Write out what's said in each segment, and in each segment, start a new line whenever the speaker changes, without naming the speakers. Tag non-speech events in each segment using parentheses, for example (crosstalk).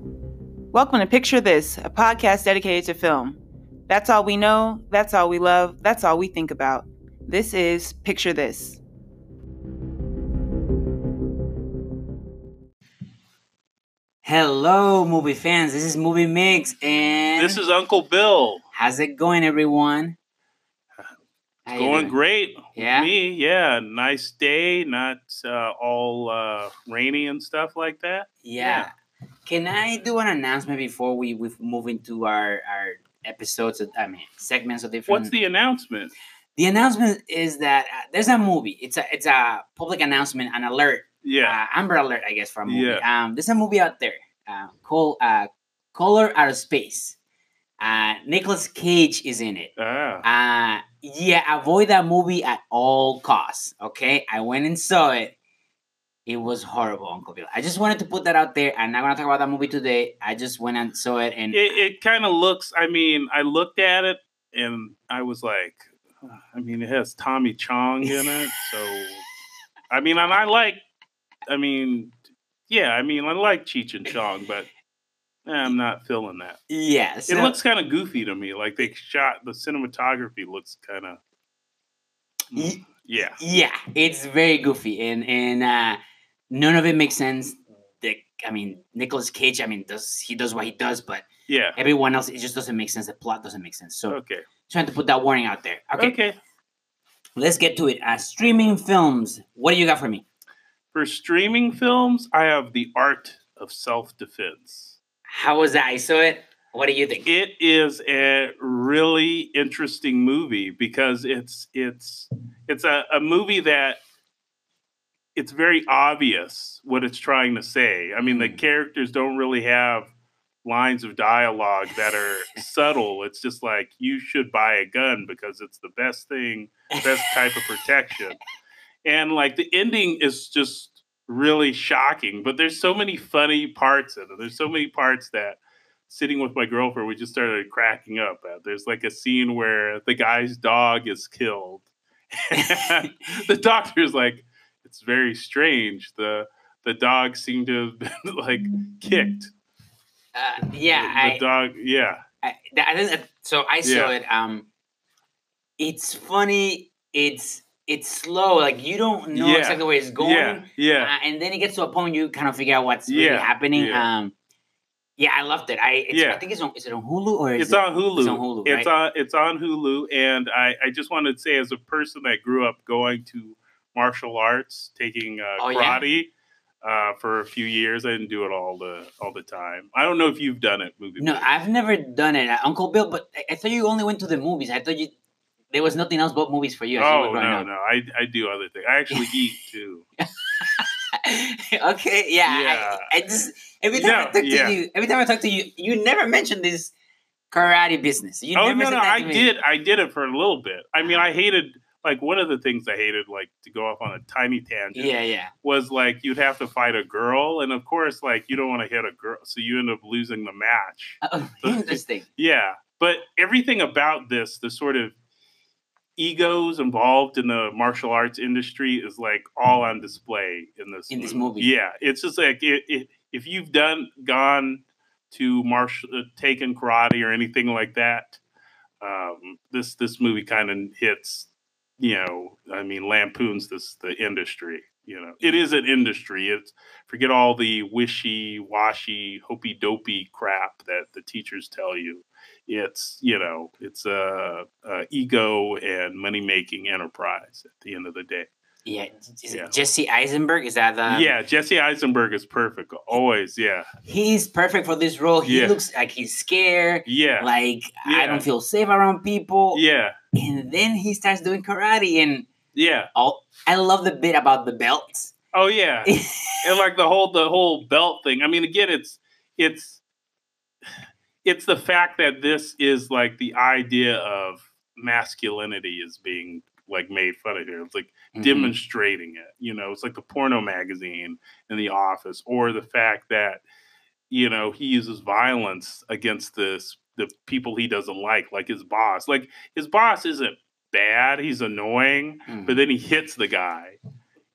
Welcome to Picture This, a podcast dedicated to film. That's all we know, that's all we love, that's all we think about. This is Picture This.
Hello, movie fans. This is Movie Mix, and
This is Uncle Bill.
how's it going, everyone? How you
Going
doing?
great. with
Yeah?
Me, yeah. Nice day, not uh, all uh, rainy and stuff like that.
Yeah. Can I do an announcement before we we move into our our episodes? Of, I mean, segments of different.
What's the announcement?
the announcement? Is that uh, there's a movie. It's a it's a public announcement, an alert,
Yeah.
uh, Amber Alert, I guess, for a movie.
Yeah.
Um, there's a movie out there uh, called uh, Color Out of Space. Uh, Nicolas Cage is in it.
Ah.
Uh yeah, avoid that movie at all costs. Okay, I went and saw it. It was horrible, Uncle Bill. I just wanted to put that out there. I'm not gonna talk about that movie today. I just went and saw it, and
It, it kind of looks, I mean, I looked at it and I was like, "Ah, I mean, it has Tommy Chong in it.
(laughs)
So, I mean, and I like, I mean, yeah, I mean, I like Cheech and Chong, but eh, I'm not feeling that.
yeah, so-
it looks kind of goofy to me. Like they shot the cinematography looks kind of
Y-
yeah.
yeah, it's very goofy, and and uh, none of it makes sense. The, I mean, Nicolas Cage. I mean, does he does what he does, but
Yeah.
everyone else, it just doesn't make sense. The plot doesn't make sense. So,
Okay.
trying to put that warning out there. Okay,
okay.
let's get to it. Uh, streaming films. What do you got for me?
For streaming films, I have The Art of Self-Defense.
How was that? I saw it. What do you think?
It is a really interesting movie because it's it's it's a, a movie that it's very obvious what it's trying to say. I mean, the
Mm.
characters don't really have lines of dialogue that are subtle. It's just like you should buy a gun because it's the best thing best type of protection. And like the ending is just really shocking, but there's so many funny parts in it. There's so many parts that sitting with my girlfriend, we just started cracking up at. There's like a scene where the guy's dog is killed. And (laughs) the doctor's like, it's very strange. The the dog seemed to have been (laughs) like kicked.
Uh,
the,
yeah,
the
I,
dog, yeah.
I, that- I think that- so I saw
Yeah.
it. Um, it's funny. It's it's slow. Like you don't know
Yeah,
exactly where it's going,
Yeah. Yeah.
uh, and then it gets to a point you kind of figure out what's really
Yeah,
happening.
yeah.
Um, yeah, I loved it. I it's, I
Yeah.
think it's on is it on Hulu or is
it's
it?
on Hulu.
it's on Hulu, right?
It's on it's on Hulu, and I, I just wanted to say, as a person that grew up going to martial arts, taking uh,
Oh, yeah?
karate uh, for a few years, I didn't do it all the all the time. I don't know if you've done it, movie.
No,
Blue.
I've never done it, Uh, Uncle Bill. But I, I thought you only went to the movies. I thought you there was nothing else but movies for you. as you were
oh no,
growing up.
no, I I do other things. I actually eat too.
(laughs) okay, yeah.
Yeah.
I, I just every time I
No,
talk to
yeah.
you, every time I talk to you, you never mention this karate business. You
oh
never
no,
said
no,
that
I
to me. Uh-huh.
did I did it for a little bit. I mean, I hated like one of the things I hated, like to go off on a tiny tangent.
Yeah, yeah.
was like you'd have to fight a girl, and of course, like you don't want to hit a girl, so you end up losing the match.
Oh, (laughs) interesting.
Yeah, but everything about this, the sort of egos involved in the martial arts industry, is like all on display in this
In this movie.
Yeah, it's just like it, it, if you've done gone to martial, uh, taken karate or anything like that, um, this this movie kind of hits. You know, I mean, lampoons this the industry. You know, it is an industry. It's forget all the wishy washy, hopey dopey crap that the teachers tell you. It's you know, it's a, a ego and money making enterprise at the end of the day.
Yeah, is it
Yeah.
Jesse Eisenberg is that uh, the
yeah, Jesse Eisenberg is perfect. Always, yeah,
He's perfect for this role. He
Yeah.
looks like he's scared.
yeah,
Like oh. I
Yeah.
don't feel safe around people.
yeah,
And then he starts doing karate, and
yeah.
all I love the bit about the belts.
Oh yeah, and like the whole the whole belt thing. I mean, again, it's it's it's the fact that this is like the idea of masculinity is being like made fun of here. It's like
Mhm.
demonstrating it. You know, it's like the porno magazine in the office, or the fact that you know he uses violence against this the people he doesn't like, like his boss. Like his boss isn't bad; he's annoying,
Mhm.
but then he hits the guy,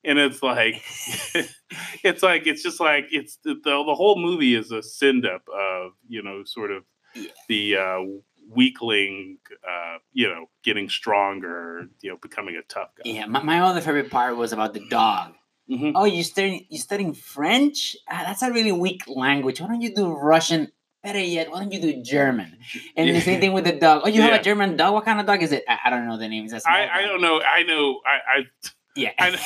and it's like (laughs) it's like it's just like it's the, the whole movie is a send up of you know sort of
Yeah.
the uh, weakling uh, you know getting stronger you know becoming a tough guy
Yeah, my, my other favorite part was about the dog.
Mhm.
Oh, you studying you studying French? Ah, that's a really weak language. Why don't you do Russian? Better yet, why don't you do German? And the same thing with the dog. Oh, you have
Yeah.
a German dog. What kind of dog is it? I, I don't know the names.
I, I don't know I know I, I
Yeah,
I know.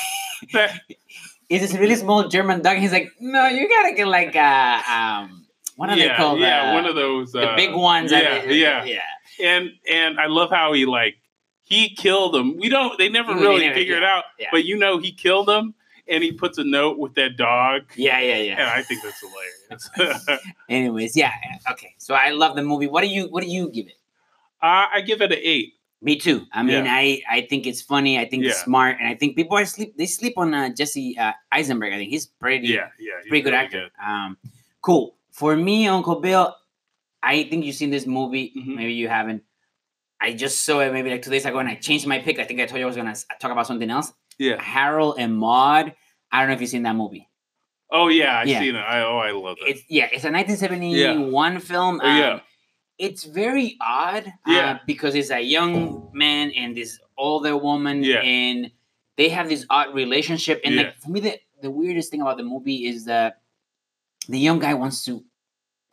that
(laughs) it's this really small German dog. He's like, no, you gotta get like uh, um, what are
yeah,
they called?
yeah
Uh,
one of those
the
uh,
big ones. that
yeah
they-
yeah
yeah.
and and I love how he like he killed him. We don't. They never
They
really
never-
figure it out,
yeah.
but you know he killed him, and he puts a note with that dog,
Yeah, yeah,
and
yeah.
I think that's hilarious. (laughs) uh,
Anyways, yeah, yeah. Okay, so I love the movie. What do you What do you give it?
I give it an eight.
Me too. I mean,
Yeah.
I I think it's funny. I think it's
Yeah.
smart, and I think people are sleep. They sleep on uh, Jesse uh, Eisenberg. I think he's pretty
Yeah, yeah, he's
pretty good
really
actor. Um, cool. For me, Uncle Bill, I think you've seen this movie.
Mhm.
Maybe you haven't. I just saw it maybe like two days ago, and I changed my pick. I think I told you I was gonna s- talk about something else.
Yeah.
Harold and Maude. I don't know if you've seen that movie.
Oh yeah, I
Yeah.
seen it. I, oh, I love it.
It's yeah, it's a 1971 film. um,
Oh, yeah.
it's very odd.
Yeah.
uh, because it's a young man and this older woman,
Yeah.
and they have this odd relationship. And like for me, the, the weirdest thing about the movie is that the young guy wants to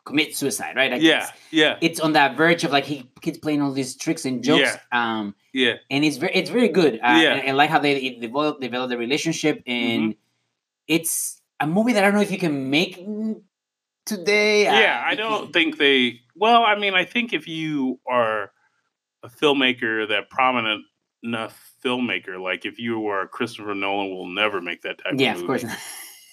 commit suicide, right? Like
yeah,
It's,
yeah,
it's on that verge of like he keeps playing all these tricks and jokes.
Yeah.
Um,
yeah,
and it's very it's very good. Uh,
Yeah.
and, and like how they it develop develop the relationship, and
Mm-hmm.
it's a movie that I don't know if you can make mm, today. uh,
yeah. I
because-
don't think they. Well, I mean, I think if you are a filmmaker that prominent enough filmmaker, like if you are Christopher Nolan, will never make that type.
Yeah,
of,
of
movie.
course. (laughs) Not.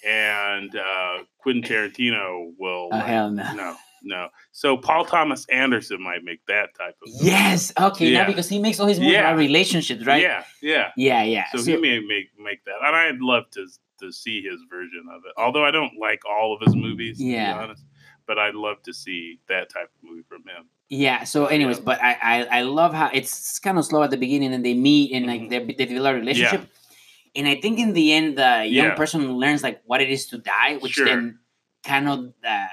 and uh, Quentin Tarantino will.
Oh
like,
hell no.
no, no. So Paul Thomas Anderson might make that type of. movie.
Yes. Okay.
Yeah.
Now because he makes all his movies
Yeah.
about relationships, right?
Yeah, yeah.
Yeah. Yeah.
So
So-
he may make make that, and I'd love to to see his version of it. Although I don't like all of his movies, to
Yeah.
be honest. But I'd love to see that type of movie from him.
yeah. So, anyways, but I, I I love how it's kind of slow at the beginning, and they meet, and
Mhm.
like they they develop a relationship. And I think in the end, the young
Yeah.
person learns like what it is to die, which
Sure.
then kind of uh,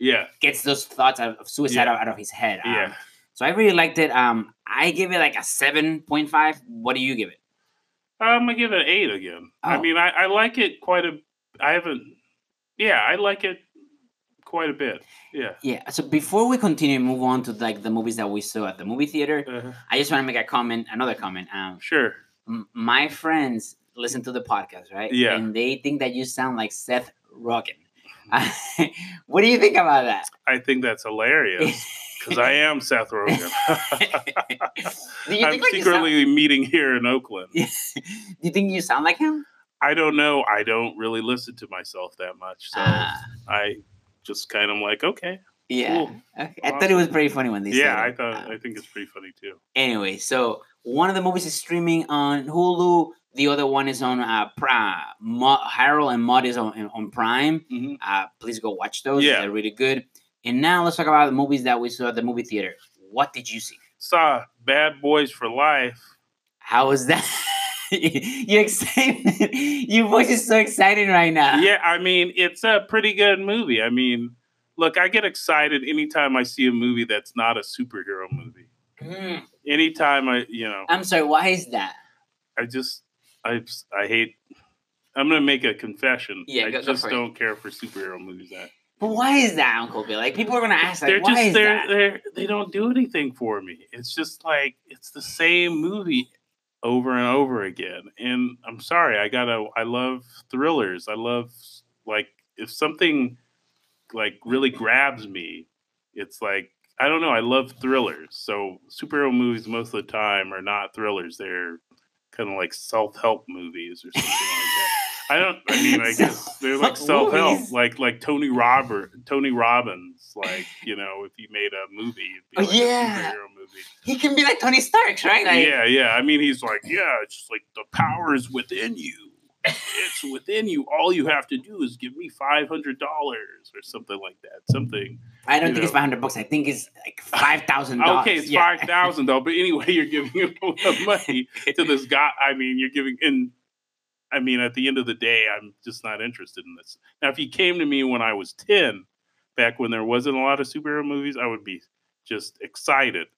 Yeah,
gets those thoughts out of suicide
Yeah.
out, out of his head. Um,
yeah.
So I really liked it. Um, I give it like a seven point five. What do you give it?
I'm gonna give it an eight again. I
Oh.
mean, I, I like it quite a. I haven't. Yeah, I like it quite a bit. Yeah.
Yeah. So before we continue, and move on to like the movies that we saw at the movie theater.
Uh,
I just want to make a comment, another comment. Um,
sure.
m- my friends listen to the podcast, right?
Yeah.
And they think that you sound like Seth Rogen.
(laughs)
(laughs) what do you think about that?
I think that's hilarious
(laughs)
because I am Seth Rogen.
Do (laughs) you
I'm
think like you sound-
secretly meeting here in Oakland.
(laughs) do you think you sound like him?
I don't know. I don't really listen to myself that much, so
Ah,
I just kind of like, okay,
yeah.
cool.
Okay. I thought it was pretty funny when they said
Yeah, I
it.
thought
Um,
I think it's pretty funny too.
anyway, so one of the movies is streaming on Hulu. The other one is on uh, Prime. Mo- Harold and Maude is on, on Prime. Uh, please go watch those.
Yeah.
They're really good. And now let's talk about the movies that we saw at the movie theater. What did you see?
Saw Bad Boys for Life.
How was that? (laughs) you excited? (laughs) Your voice is so excited right now.
yeah, I mean, it's a pretty good movie. I mean, look, I get excited anytime I see a movie that's not a superhero movie.
Mm.
Anytime I, you know,
I'm sorry. Why is that?
I just, I, I hate. I'm gonna make a confession.
Yeah,
I
go- go
just
for it.
don't care for superhero movies. That
But why is that, Uncle Bill? Like people are gonna ask, like,
they're
why
just
is
they're,
that?
they're they don't do anything for me it's just like it's the same movie over and over again and i'm sorry i gotta i love thrillers i love like if something like really grabs me it's like i don't know i love thrillers so superhero movies most of the time are not thrillers they're kind of like self-help movies or something like that I don't. I
(laughs)
mean, I guess they're like
Self-help
self help,
movies.
like like Tony Robert, Tony Robbins.
(laughs)
Like you know, if he made a movie, it'd be
Oh,
like
yeah.
a superhero movie.
He can be like Tony Stark, right? Like,
yeah, yeah. I mean, he's like, yeah, it's just like the power is within you.
(laughs)
It's within you. All you have to do is give me five hundred dollars or something like that. Something.
I don't
you
think it's
know.
500 bucks. I think it's like 5,000 dollars.
Okay, it's
yeah.
five (laughs) thousand dollars. But anyway, you're giving him money to this guy. I mean, you're giving and I mean, at the end of the day, I'm just not interested in this. Now, if you came to me when I was 10, back when there wasn't a lot of superhero movies, I would be just excited.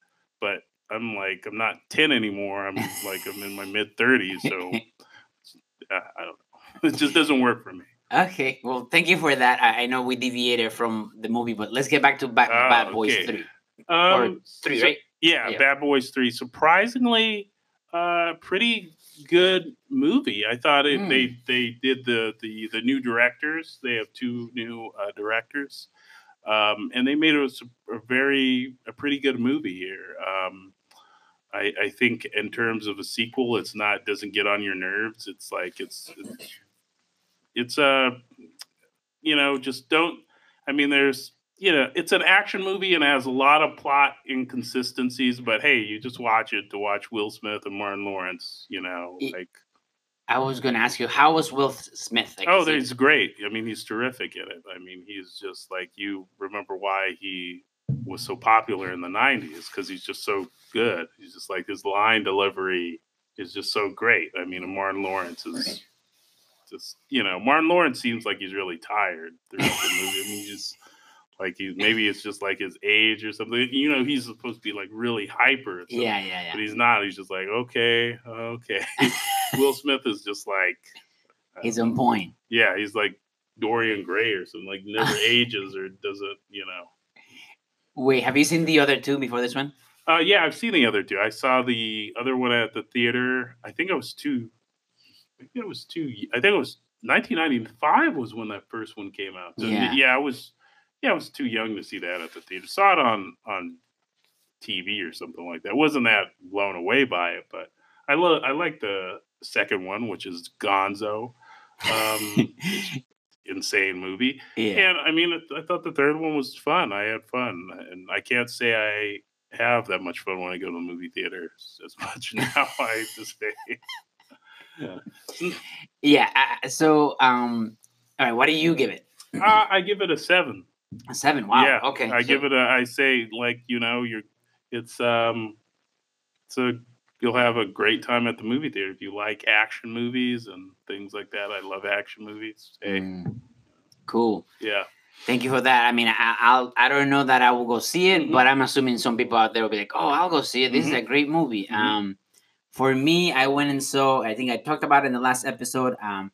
But I'm like, I'm not 10 anymore. I'm like, I'm in my mid 30s. So uh, I don't know. It just doesn't work for me.
Okay, well, thank you for that. I, I know we deviated from the movie, but let's get back to Bad,
Ah,
Bad Boys
okay.
3.
Um,
or 3,
so-
right?
Yeah,
Yeah.
Bad Boys 3. Surprisingly, uh, pretty good movie. I thought it,
Hmm.
they they did the, the the new directors. They have two new uh, directors, um, and they made a, s- a very a pretty good movie here. Um, I, I think in terms of a sequel, it's not doesn't get on your nerves. It's like it's it's, it's uh, you know just don't. I mean, there's you know, it's an action movie and has a lot of plot inconsistencies, but hey, you just watch it to watch Will Smith and Martin Lawrence, you know,
It-
like
I was going to ask you, how was Will Smith? I
oh,
guess he-
he's great. I mean, he's terrific in it. I mean, he's just like you remember why he was so popular in the 90s cuz he's just so good. He's just like his line delivery is just so great. I mean, and Martin Lawrence is just, you know, Martin Lawrence seems like he's really tired throughout the movie. I mean, he's just like
(laughs)
he's maybe it's just like his age or something. You know, he's supposed to be like really hyper. so-
Yeah, yeah,
but
yeah.
he's not. He's just like, okay,
(laughs)
okay. Will Smith is just like,
He's on point.
yeah, he's like Dorian Gray or something, like never ages or doesn't, you know.
Wait, have you seen the other two before this one?
Uh, yeah, I've seen the other two. I saw the other one at the theater. I think I was too. I think it was too. I think it was 1995 was when that first one came out. So
Yeah.
yeah. I was. Yeah, I was too young to see that at the theater. Saw it on on TV or something like that. Wasn't that blown away by it, but I love. I like the second one, which is Gonzo. Um, insane movie.
yeah.
And I mean, I thought the third one was fun. I had fun, and I can't say I have that much fun when I go to the movie theater as (laughs) much now. I have to say,
Yeah. Uh, so, um, all right, what do you give it?
uh, I give it a seven.
A seven. Wow.
yeah,
okay.
I
so-
give it a. I say like you know, you're. It's um, it's a. You'll have a great time at the movie theater if you like action movies and things like that. I love action movies. Hey,
Mm. Cool.
yeah,
Thank you for that. I mean, I, I'll I don't know that I will go see it,
Mm-hmm.
but I'm assuming some people out there will be like, "Oh, I'll go see it. This is a great movie."
Mhm.
Um, for me, I went and saw. I think I talked about it in the last episode. Um,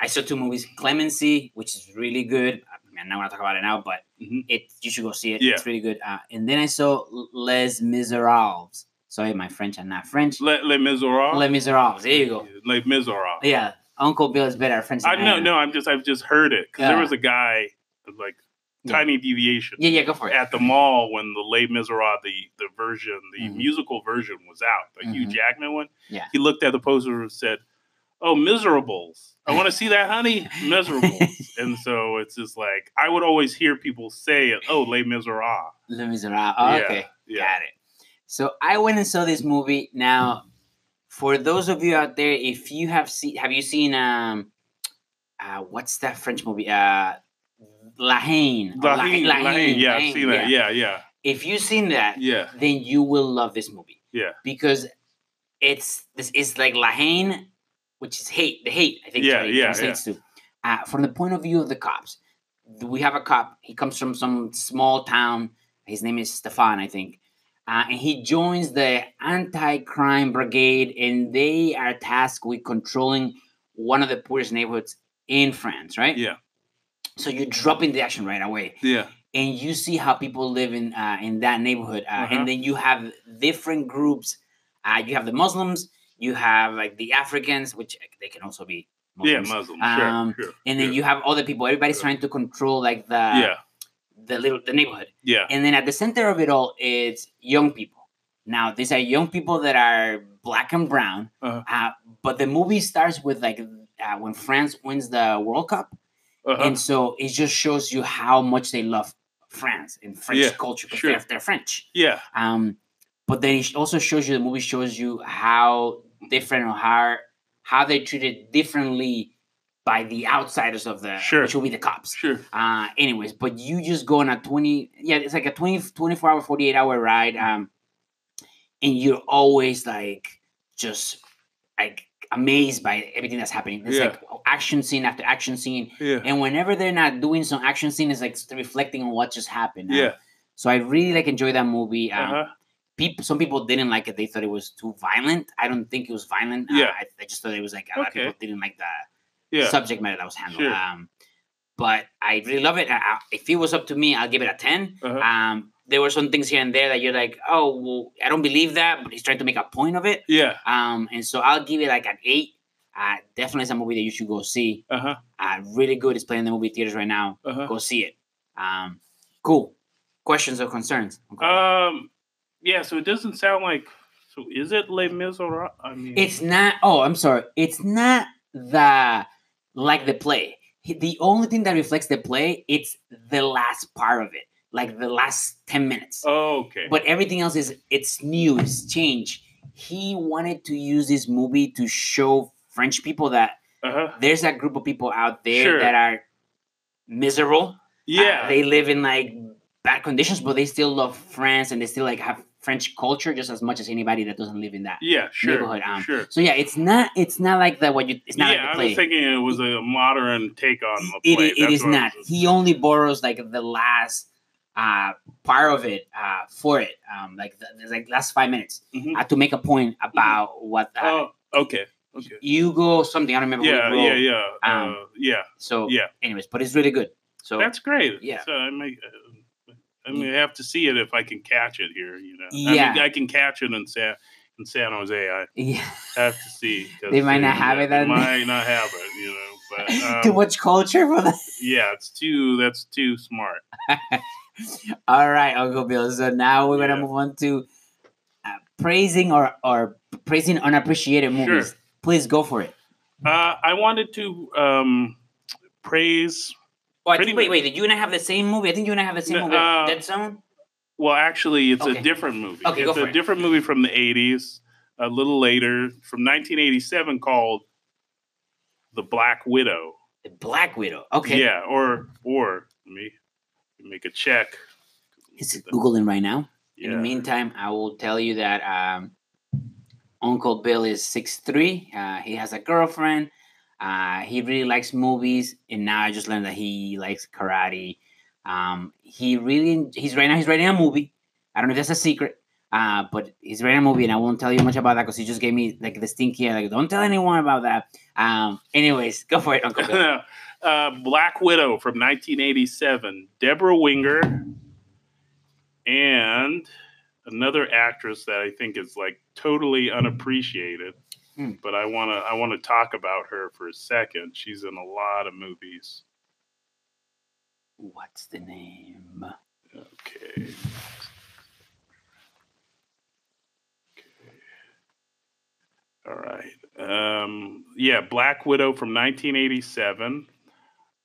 I saw two movies: Clemency, which is really good. I mean, I'm not gonna talk about it now, but
Mhm.
it you should go see it.
Yeah.
It's really good. Uh, and then I saw Les Miserables. Sorry, my French. I'm not French.
Les, Les Miserables.
Les Miserables. There you go.
Les Miserables.
Yeah, Uncle Bill is better at French. Than
I no
am.
no. I'm just I've just heard it 'Cause there
Yeah.
was a guy like
Yeah.
tiny deviation
Yeah, yeah, go for it.
at the mall when the Les Miserables the the version the
Mhm.
musical version was out the Hugh
Mhm.
Jackman one.
Yeah.
he looked at the poster and said, "Oh, Miserables! I want to see that, honey, Miserables."
(laughs)
and so it's just like I would always hear people say it. Oh, Les Miserables.
Les Miserables. Oh,
Yeah.
okay.
Yeah.
Got it. So I went and saw this movie. Now, for those of you out there, if you have seen, have you seen um, uh, what's that French movie? Uh, La Haine. or
La Haine, La Haine, Yeah, I've
Haine,
seen that. Yeah, yeah,
If you've seen that,
yeah.
then you will love this movie.
Yeah.
Because it's this is like La Haine, which is hate, the hate. I think. is
Yeah,
what it
yeah,
translates to. Uh, from the point of view of the cops, we have a cop. He comes from some small town. His name is Stefan, I think. Uh, and he joins the anti-crime brigade, and they are tasked with controlling one of the poorest neighborhoods in France, right?
Yeah.
So you drop in the action right away
Yeah,
and you see how people live in uh, in that neighborhood, uh,
Uh-huh.
and then you have different groups. Uh, you have the Muslims, you have like the Africans, which they can also be
yeah,
Muslims,
Muslim.
Um,
sure, sure.
and then
sure.
you have other people. Everybody's
Yeah.
trying to control like the
yeah,
the little the neighborhood,
yeah,
and then at the center of it all is young people. Now these are young people that are black and brown,
Uh-huh.
uh, but the movie starts with like uh, when France wins the World Cup,
uh-huh.
and so it just shows you how much they love France and French
Yeah,
culture because
sure.
they're, they're French.
yeah,
Um, but then it also shows you the movie shows you how different or how how they're treated differently by the outsiders of the
Sure.
which will be the cops.
sure.
Uh, anyways, but you just go on a 20, yeah, it's like a 20, 24 hour, 48 hour ride. Um, and you're always like, just like amazed by everything that's happening. It's
Yeah.
like action scene after action scene,
Yeah.
and uh, whenever they're not doing some action scene, it's like reflecting on what just happened. Uh,
yeah.
So I really like enjoy that movie. Um,
Uh-huh.
peop some people didn't like it; they thought it was too violent. I don't think it was violent. Uh,
Yeah.
I, I just thought it was like a lot
Okay.
of people didn't like that
Yeah.
subject matter that was handled.
Sure.
Um, but I really love it. I, I, if it was up to me, I'll give it a 10
Uh-huh.
Um, there were some things here and there that you're like, oh, well, I don't believe that, but he's trying to make a point of it.
yeah.
Um, and so I'll give it like an eight. Uh, definitely, it's a movie that you should go see.
Uh-huh.
Uh, really good. It's playing in the movie theaters right now. (laughs)
Uh-huh.
Go see it. Um, cool. Questions or concerns? Uncle Rob?
Um, yeah, so it doesn't sound like. So is it Les Miserables? I mean,
It's not. Oh, I'm sorry. It's not the like the play. He- The only thing that reflects the play, it's the last part of it, like the last ten minutes.
oh, okay.
But everything else is it's new, it's change. He wanted to use this movie to show French people that
Uh-huh.
there's a group of people out there
Sure.
that are miserable. Uh,
Yeah.
they live in like bad conditions, but they still love France and they still like have French culture just as much as anybody that doesn't live in that.
yeah, sure.
neighborhood, um,
sure.
So yeah, it's not it's not like that. What you it's not like
Yeah,
the
I was
play.
thinking it was a modern take on the
It-
play.
it- it
That's
is
what I
not.
was-
He only borrows like the last uh part of it uh for it. Um, like the, the like last five minutes
Mhm.
uh, to make a point about what uh,
Oh, okay. Okay.
Hugo something. I don't remember.
Yeah,
what he
yeah,
wrote.
yeah.
Um,
uh, yeah.
So
yeah.
Anyways, but it's really good. So
That's great.
yeah.
So I may, uh, I may have to see it if I can catch it here. You know. I, mean,
Yeah.
I can catch it in San in San Jose. I
(laughs) yeah,
have to see. 'cause
They might not have it
They
that-
might not have it. You know.
(laughs)
But um,
too much culture for that.
yeah, it's too. That's too smart.
All right, Uncle Bill. So now we're
Yeah.
gonna move on to uh, praising or or praising unappreciated movies. Please go for it.
Uh, I wanted to um, praise.
Oh, I
Pretty
think, wait,
much.
wait, did you and I have the same movie? I think you and I have the same
No,
movie.
uh,
Dead Zone?
Well, actually, it's
Okay.
a different movie.
Okay, go
it's
for
a
it.
different movie from the '80s, a little later, from 1987, called "The Black Widow."
The Black Widow. Okay.
Yeah, or or let me make a check.
It's Googling right now. In
Yeah.
the meantime, I will tell you that um, Uncle Bill is 6'3. Uh, he has a girlfriend. Uh, he really likes movies. And now I just learned that he likes karate. Um, he really, he's right now, he's writing a movie. I don't know if that's a secret. Uh, but he's writing a movie, and I won't tell you much about that because he just gave me like the stinky, like don't tell anyone about that. Um, anyways, go for it, Uncle
(laughs)
Bill.
uh, Black Widow from 1987, Deborah Winger, and another actress that I think is like totally unappreciated.
Hmm.
But I wanna I wanna talk about her for a second. She's in a lot of movies.
What's the name?
Okay. All right. Um, yeah, Black Widow from 1987.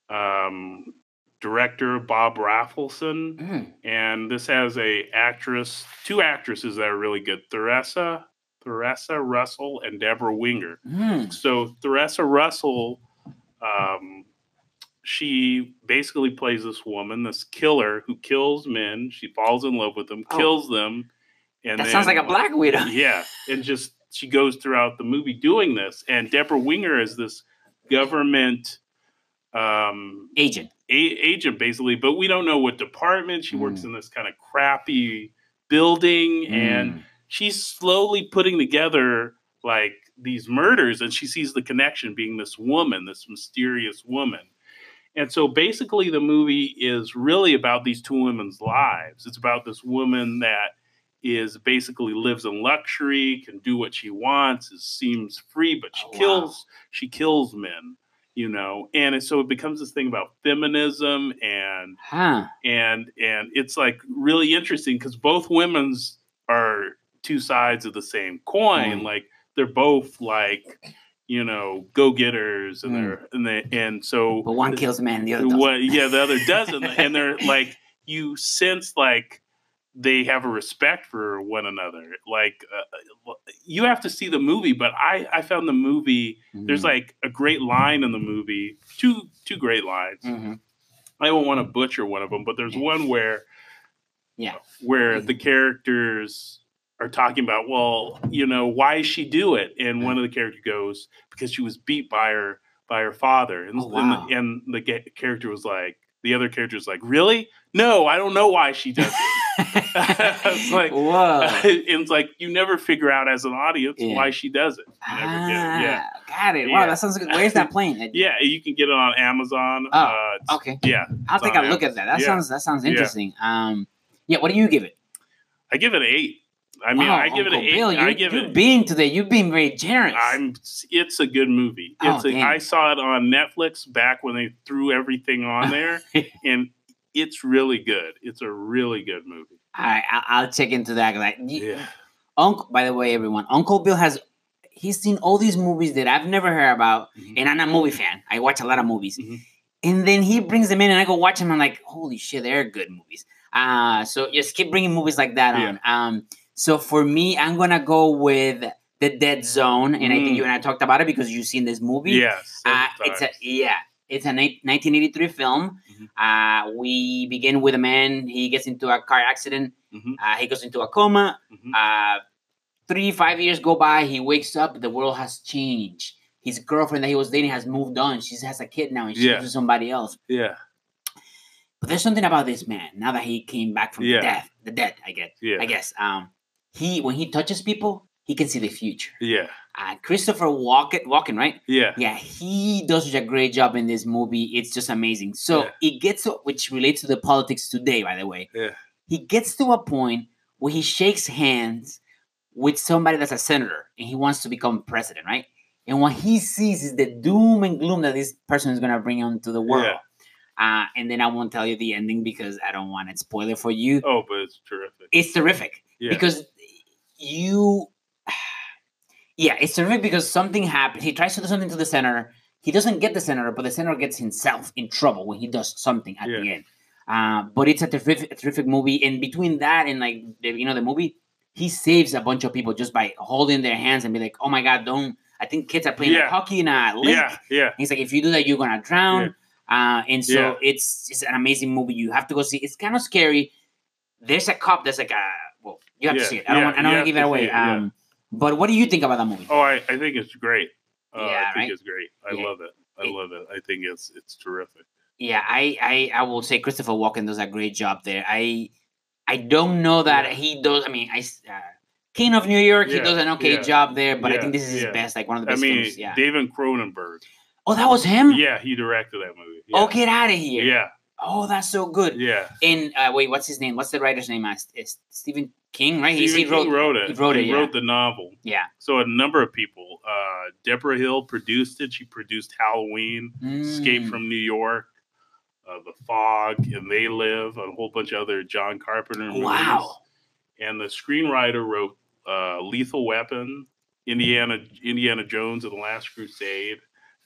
Um, director Bob Raffleson,
Mm,
and this has a actress, two actresses that are really good: Theresa, Theresa Russell, and Deborah Winger
mm,
so Theresa Russell, um, she basically plays this woman, this killer who kills men. She falls in love with them,
Oh.
kills them, and
that sounds like a
then-
Black Widow.
yeah, and just she goes throughout the movie doing this. And Deborah Winger is this government um,
Agent.
a- agent, basically, but we don't know what department she
Mm.
works in. This kind of crappy building, and
Mm.
she's slowly putting together like these murders and she sees the connection being this woman this mysterious woman and so basically the movie is really about these two women's lives it's about this woman that is basically lives in luxury can do what she wants is seems free but she
Oh, wow.
kills she kills men you know and it- so it becomes this thing about feminism and
huh.
and and it's like really interesting because both women's are two sides of the same coin
Mm.
like they're both like you know go-getters and
Mm.
they're and they and so
But one kills a man, the other doesn't.
what yeah
(laughs)
the other doesn't and they're like you sense like they have a respect for one another like uh, you have to see the movie but i i found the movie there's
Mm.
like a great line in the movie two two great lines (laughs)
Mhm.
I don't want to butcher one of them, but there's one where,
Yeah.
where the characters are talking about, well, you know, why she do it? And one of the character goes because she was beat by her by her father, and
Oh, wow.
and, the, and the ga- character was like, the other character was like, really? No, I don't know why she does it. It's like-
Mm-hmm. (laughs)
(laughs)
whoa.
and it's like you never figure out as an audience
Uh. Yeah.
why she does it. You never get it. Yeah,
Ah, Got it. Wow,
Yeah.
that sounds good. Where's that
(laughs)
plane?
yeah, you can get it on Amazon.
Oh,
uh, it's-
Okay.
yeah,
I'll
It's
take a
on
look at that. That
Yeah.
sounds that sounds
Yeah.
interesting. Um yeah, what do you give it?
I give it an eight. I mean,
Wow,
I give it an
Uncle
eight.
Bill,
I
you-
give
you've
it.
been today. You've been very generous.
I'm. It's a good movie.
Oh,
It's. a,
dang.
I saw it on Netflix back when they threw everything
(laughs)
on there, and it's really good. It's a really good movie.
All right, I'll, I'll check into that. Like,
Yeah.
Uncle, by the way, everyone, Uncle Bill has he's seen all these movies that I've never heard about,
Mhm.
and I'm a movie fan. I watch a lot of movies,
Mhm.
and then he brings them in, and I go watch them. I'm like, holy shit, they're good movies. Uh so just keep bringing movies like that
Yeah.
on. Um, so for me, I'm gonna go with the Dead Zone, and I think
Mm.
you and I talked about it because you've seen this movie.
Yes.
Uh, it's a yeah. It's a ni- 1983 film.
Mm-hmm.
Uh, we begin with a man. He gets into a car accident.
Mhm.
Uh, he goes into a coma.
Mhm.
Uh, three, five years go by. He wakes up. The world has changed. His girlfriend that he was dating has moved on. She has a kid now, and she's
Yeah.
with somebody else.
yeah.
But there's something about this man. Now that he came back from
Yeah.
the death, the dead, I get,
Yeah.
I guess. Um, he when he touches people, he can see the future.
Yeah.
Uh, Christopher Walken, Walken, right?
Yeah.
yeah he does such a great job in this movie it's just amazing so
Yeah.
it gets to, which relates to the politics today by the way
Yeah.
he gets to a point where he shakes hands with somebody that's a senator and he wants to become president right and what he sees is the doom and gloom that this person is going to bring onto the world uh, and then i won't tell you the ending because i don't want to spoil it for you
Oh, but it's terrific.
it's terrific
Yeah.
because you (sighs) yeah it's terrific because something happened he tries to do something to the senator he doesn't get the senator but the senator gets himself in trouble when he does something at the
Yeah.
end uh, but it's a terrific, terrific movie and between that and like the, you know the movie he saves a bunch of people just by holding their hands and be like oh my god don't i think kids are playing like
Yeah.
hockey in a lake
yeah. Yeah.
He's like, if you do that, you're gonna drown. Uh, and so
Yeah.
it's it's an amazing movie. You have to go see. It's kind of scary. There's a cop that's like a well, you have to
Yeah,
see it. I don't
yeah,
want I
you
don't want
have
to give
to
it
see
away.
it, yeah.
Um, but what do you think about that movie?
Oh, I, I think it's great. Uh,
Yeah,
I think
right?
it's great. I
Yeah.
love it. I
It-
love it. I think it's it's terrific.
Yeah, I, I I will say Christopher Walken does a great job there. I I don't know that
Yeah.
he does. I mean, I s- uh, King of New York, he
Yeah,
does an okay
yeah,
job there, but I
yeah,
think this is his
yeah.
best, like one of the
I
best
mean,
films. Yeah.
David
(laughs)
Cronenberg.
oh, that was him.
Yeah, he directed that movie. Yeah.
Oh, get out of here.
Yeah.
Oh, that's so good.
Yeah.
in uh, wait, what's his name? What's the writer's name? Uh, S- it's Stephen King, right? He's-
Stephen
he wrote,
King wrote it.
he wrote it, yeah.
wrote the novel.
yeah.
So a number of people. Uh, Deborah Hill produced it. She produced Halloween, Escape
Mm.
from New York, uh, The Fog, and They Live, and a whole bunch of other John Carpenter movies.
Wow.
And the screenwriter wrote uh, Lethal Weapon, Indiana Indiana Jones, and The Last Crusade.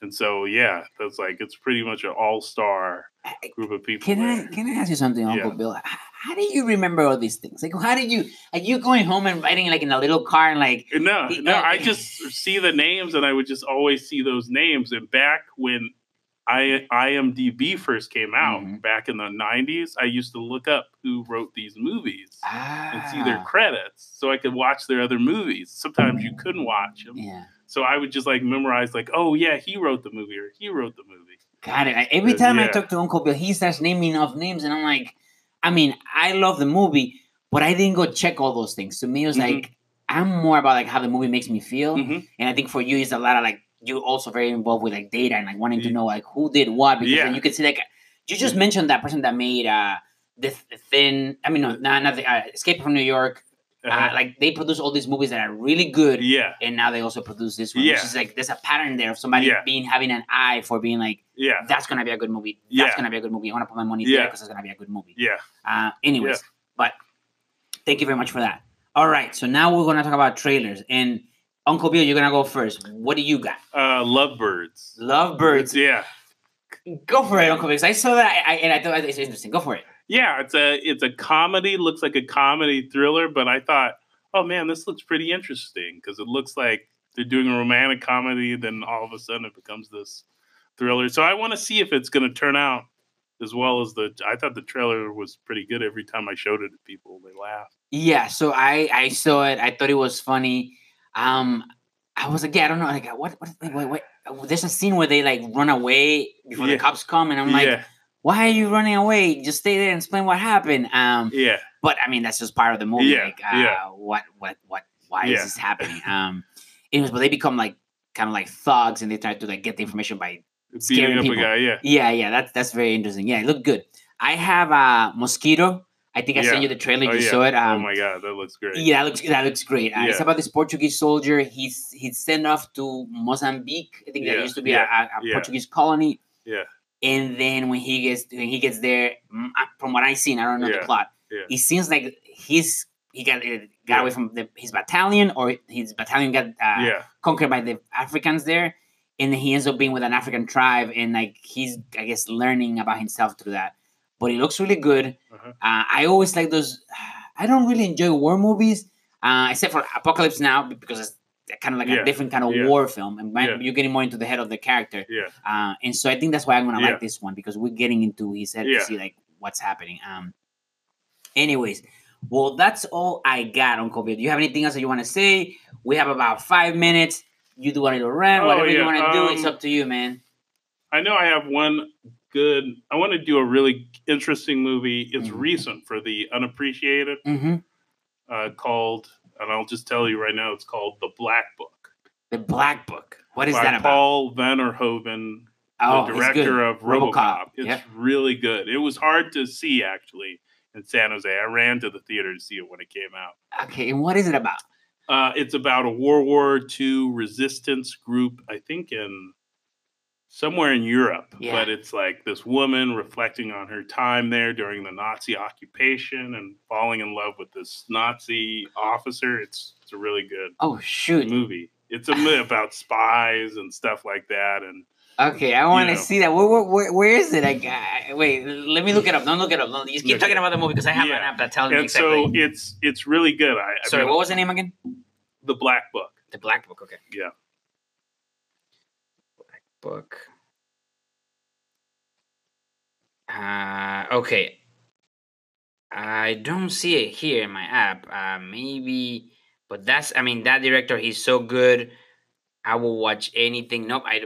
And so yeah, that's like it's pretty much an all star
I- I-
group of people.
Can I
there.
can I ask you something, Uncle
Yeah.
Bill? H- How do you remember all these things? Like, how do you are you going home and writing like in a little car and like
No,
The-
no,
uh,
I just see the names and I would just always see those names. And back when I IMDB first came out
Mhm.
back in the 90s, I used to look up who wrote these movies and see their
ah,
credits so I could watch their other movies. Sometimes you couldn't watch them.
yeah.
So I would just like memorize, like, oh, yeah, he wrote the movie or he wrote the movie.
Got it. I- Every
Uh,
time I
yeah.
talk to Uncle Bill, he starts naming off names, and I'm like, I mean, I love the movie, but I didn't go check all those things. To me, it was
Mhm.
like I'm more about like how the movie makes me feel.
Mhm.
And I think for you, it's a lot of like you also very involved with like data and like wanting to
Ye-
know like who did what because
Yeah. Mm-hmm.
then you can see like you just mentioned that person that made uh the, Th- the thin. I mean, no, not, not the, uh, Escape from New York. Uh,
Uh-huh.
like they produce all these movies that are really good,
(laughs) yeah,
and now they also produce this one, which
Yeah.
is like there's a pattern there of somebody
Yeah.
being having an eye for being like
yeah,
that's gonna be a good movie. That's
Yeah.
gonna be a good movie. I want to put my money there
Yeah.
because it's gonna be a good movie.
yeah.
Uh, anyways, but thank you very much for that. All right, so now we're gonna talk about trailers. And Uncle Bill, you're gonna go first. What do you got?
Uh, Lovebirds.
Lovebirds.
Yeah.
Go for it, Uncle Bill. 'cause I saw that, I, I, and I thought it's interesting. Go for it.
yeah, it's a it's a comedy. Looks like a comedy thriller, but I thought, oh man, this looks pretty interesting because it looks like they're doing a romantic comedy. Then all of a sudden, it becomes this thriller. So I want to see if it's going to turn out as well as the. I thought the trailer was pretty good. Every time I showed it to people, they laughed.
Yeah, so I I saw it. I thought it was funny. Um, I was like, yeah, I don't know, like what what, like, what, what- There's a scene where they like run away before
Yeah.
the cops come, and I'm like,
yeah,
why are you running away? Just stay there and explain what happened. Um,
yeah,
but I mean that's just part of the movie.
Yeah,
like, uh,
yeah.
What what what? Why
Yeah.
is this
(laughs)
happening? Um, anyways, but they become like kind of like thugs, and they try to like get the information by Scaring
beating up
people.
a guy. Yeah,
yeah, yeah, that's that's very interesting. Yeah, it looked good. I have a uh, mosquito. I think I
Yeah.
sent you the trailer.
Oh,
you
yeah.
saw it. Um,
oh my god, that looks great.
yeah, that looks that looks great. Uh, It's
Yeah.
about this Portuguese soldier. He's he's sent off to Mozambique. I think there
Yeah,
used to be
yeah,
a, a, a
yeah.
Portuguese colony.
Yeah.
And then when he gets when he gets there, mm, I- from what I seen, I don't know
Yeah,
the plot.
yeah.
It seems like he's he got uh, got
Yeah.
away from the, his battalion, or his battalion got uh,
yeah,
conquered by the Africans there, and then he ends up being with an African tribe, and like he's I guess learning about himself through that. But it looks really good.
Uh-huh.
Uh, I always like those. (sighs) I don't really enjoy war movies, uh, except for Apocalypse Now because it's kind of like
Yeah.
a different kind of
Yeah.
war film, and my,
Yeah.
you're getting more into the head of the character.
yeah.
Uh, and so I think that's why I'm gonna
Yeah.
like this one because we're getting into his head
Yeah.
to see like what's happening. Um. Anyways, well that's all I got on COVID. Do you have anything else that you want to say? We have about five minutes. You do a little rant,
Oh,
whatever you
yeah,
want to do. It's
um,
up to you, man.
I know I have one good. I want to do a really interesting movie. It's
Mhm.
recent for the unappreciated,
Mm-hmm.
uh, called, and I'll just tell you right now, it's called The Black Book
The Black Book. What is
by
that about?
Paul Vanderhoven,
Oh,
the
it's good.
director of RoboCop.
RoboCop,
It's
yeah.
really good. It was hard to see actually in San Jose. I ran to the theater to see it when it came out.
Okay, and what is it about?
Uh, it's about a World War II resistance group, I think in somewhere in Europe.
Yeah.
But it's like this woman reflecting on her time there during the Nazi occupation and falling in love with this Nazi officer. It's it's a really good
Oh shoot.
movie. It's a movie about (laughs) spies and stuff like that. And
Okay, I want to
know.
see that. Where, where, where, where is it? Like, uh, wait, let me look it up. Don't look it up. No, you keep
Okay.
talking about the movie because I have
Yeah.
an app that tells me
and
Um, exactly.
so it's it's really good. I, I
Sorry,
mean,
what was the name again?
the Black Book.
The Black Book. Okay.
Yeah.
Black Book. Uh, okay. I don't see it here in my app. Uh, maybe, but that's. I mean, that director. He's so good. I will watch anything. Nope. I.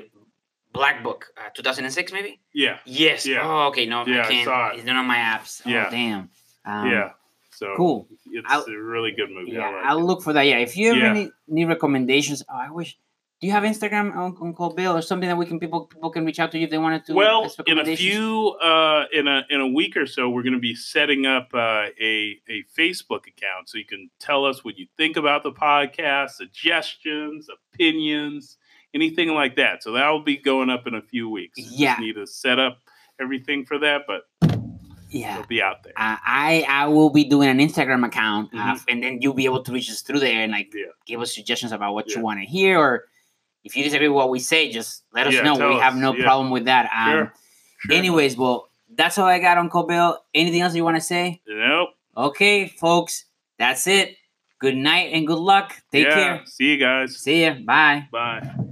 Black Book. Uh, 2006, maybe.
Yeah,
Yes.
Yeah.
Oh, okay. No,
Yeah,
I
I
can't.
saw it.
It's not on my apps.
Yeah.
Oh, damn. Um,
yeah. So
Cool.
it's
I'll-
a really good movie. I
Yeah,
like
I'll
it.
look for that. Yeah, if you ever
Yeah.
need, need recommendations, oh, I wish. Do you have Instagram, Un- Uncle Bill, or something that we can people people can reach out to you if they wanted to?
well
ask
in a
recommendations?
few uh, in a in a week or so we're going to be setting up uh, a a facebook account so you can tell us what you think about the podcast suggestions opinions anything like that so that'll be going up in a few weeks Just
Yeah.
need to set up everything for that but
Yeah,
it'll be out there
uh, I I will be doing an Instagram account, uh,
Mhm.
and then you'll be able to reach us through there and like
Yeah.
give us suggestions about what
Yeah.
you want to hear, or if you disagree with what we say, just let us
Yeah,
know.
tell
We have
us.
no
Yeah.
problem with that. Um,
sure, sure.
Anyways, well, that's all I got, Uncle Bill. Anything else you want to say?
nope
Okay, folks, that's it. Good night and good luck. Take
yeah.
care.
see you guys
See ya. Bye.
bye